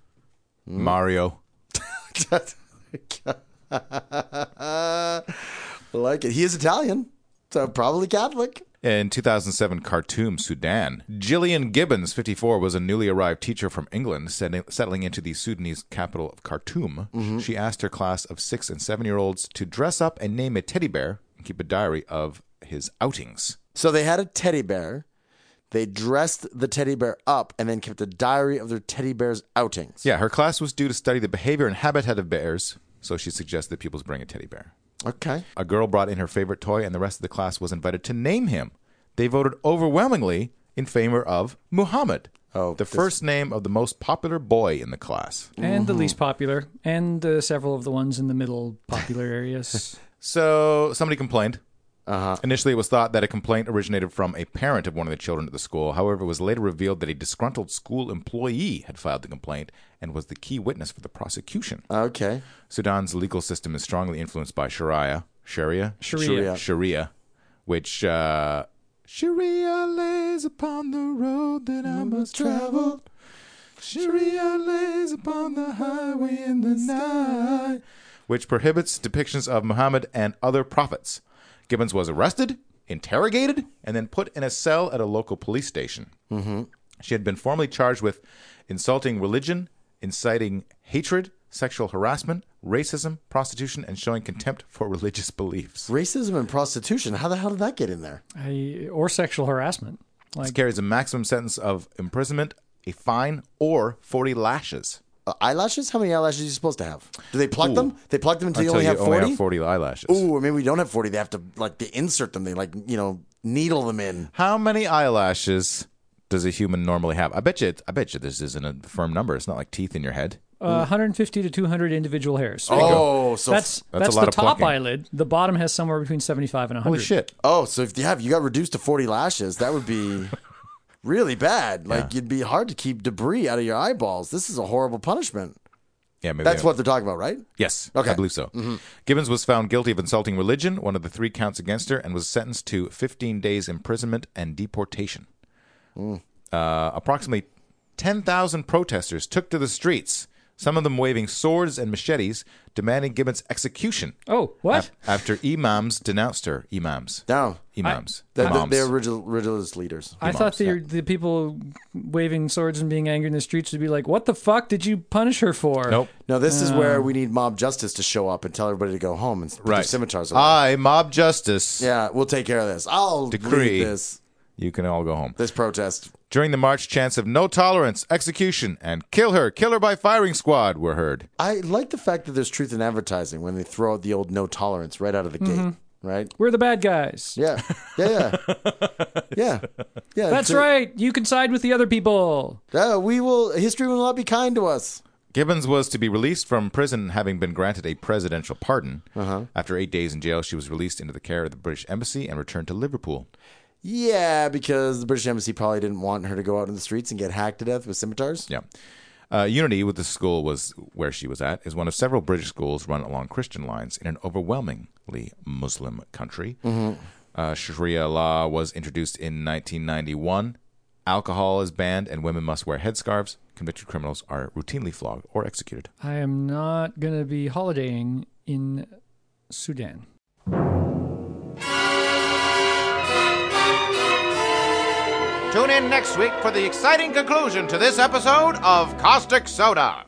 D: Hmm.
A: Mario.
D: I like it. He is Italian, so probably Catholic.
A: In 2007, Khartoum, Sudan, Gillian Gibbons, 54, was a newly arrived teacher from England settling settling into the Sudanese capital of Khartoum.
D: Mm-hmm.
A: She asked her class of six and seven year olds to dress up and name a teddy bear and keep a diary of his outings.
D: So they had a teddy bear. They dressed the teddy bear up and then kept a diary of their teddy bear's outings.
A: Yeah, her class was due to study the behavior and habitat of bears, so she suggested that pupils bring a teddy bear.
D: Okay.
A: A girl brought in her favorite toy, and the rest of the class was invited to name him. They voted overwhelmingly in favor of Muhammad,
D: Oh,
A: the
D: this-
A: first name of the most popular boy in the class.
C: and the
A: Mm-hmm.
C: least popular, and uh, several of the ones in the middle popular areas.
A: So somebody complained.
D: Uh-huh.
A: Initially, it was thought that a complaint originated from a parent of one of the children at the school. However, it was later revealed that a disgruntled school employee had filed the complaint and was the key witness for the prosecution.
D: Okay.
A: Sudan's legal system is strongly influenced by Sharia, Sharia,
C: Sharia.
A: Sharia, which uh, Sharia lays upon the road that I must travel. Sharia lays upon the highway in the night, which prohibits depictions of Muhammad and other prophets. Gibbons was arrested, interrogated, and then put in a cell at a local police station. She had been formally charged with insulting religion, inciting hatred, sexual harassment, racism, prostitution, and showing contempt for religious beliefs.
D: Racism and prostitution. How the hell did that get in there?
C: I, or sexual harassment.
A: This
C: Like,
A: carries a maximum sentence of imprisonment, a fine, or 40 lashes.
D: Uh, eyelashes? How many eyelashes are you supposed to have? Do they pluck them? They pluck them until,
A: Until
D: you only have 40?
A: have 40 eyelashes.
D: Ooh, or maybe we don't have 40. They have to, like, they insert them. They, like, you know, needle them in.
A: How many eyelashes does a human normally have? I bet you, it- I bet you this isn't a firm number. It's not like teeth in your head.
C: uh, 150 to 200 individual hairs.
D: Oh, so
C: that's
A: That's a
C: that's,
A: lot
C: the
A: of
C: top
A: plucking.
C: eyelid. The bottom has somewhere between 75 and 100.
A: Holy shit.
D: oh, so if you have, you got reduced to 40 lashes, that would be really bad. Like, it'd be hard to keep debris out of your eyeballs. This is a horrible punishment.
A: Yeah, maybe
D: That's
A: I-
D: what they're talking about, right?
A: Yes, I
D: Okay. Mm-hmm.
A: believe so. Gibbons was found guilty of insulting religion, one of the three counts against her, and was sentenced to 15 days imprisonment and deportation.
D: Mm.
A: Uh, approximately 10,000 protesters took to the streets, some of them waving swords and machetes, demanding Gibbons' execution.
C: Oh, what?
A: af- after imams denounced her, imams,
D: No.
A: imams,
D: They're, they're-
A: imams.
D: they're religious, religious leaders.
C: I thought the the people waving swords and being angry in the streets would be like, "What the fuck did you punish her for?"
A: nope.
D: No, this is where we need mob justice to show up and tell everybody to go home and put their
A: Right. Ah,
D: scimitars away.
A: I, mob justice.
D: yeah, we'll take care of this. I'll
A: Decree.
D: lead this
A: You can all go home.
D: this protest.
A: During the march, chants of no tolerance, execution, and kill her, kill her by firing squad were heard.
D: I like the fact that there's truth in advertising when they throw out the old no tolerance right out of the gate,
C: Mm-hmm.
D: right?
C: We're the bad guys.
D: Yeah, yeah, yeah, yeah. yeah
C: That's
D: it.
C: right. You can side with the other people.
D: Yeah, we will. History will not be kind to us.
A: Gibbons was to be released from prison having been granted a presidential pardon. After eight days in jail, she was released into the care of the British Embassy and returned to Liverpool.
D: Yeah, because the British embassy probably didn't want her to go out in the streets and get hacked to death with scimitars.
A: Yeah. Uh, Unity, with the school was where she was at, is one of several British schools run along Christian lines in an overwhelmingly Muslim country. Uh, Sharia law was introduced in 1991. Alcohol is banned, and women must wear headscarves. Convicted criminals are routinely flogged or executed.
C: I am not gonna be holidaying in Sudan.
A: Tune in next week for the exciting conclusion to this episode of Caustic Soda.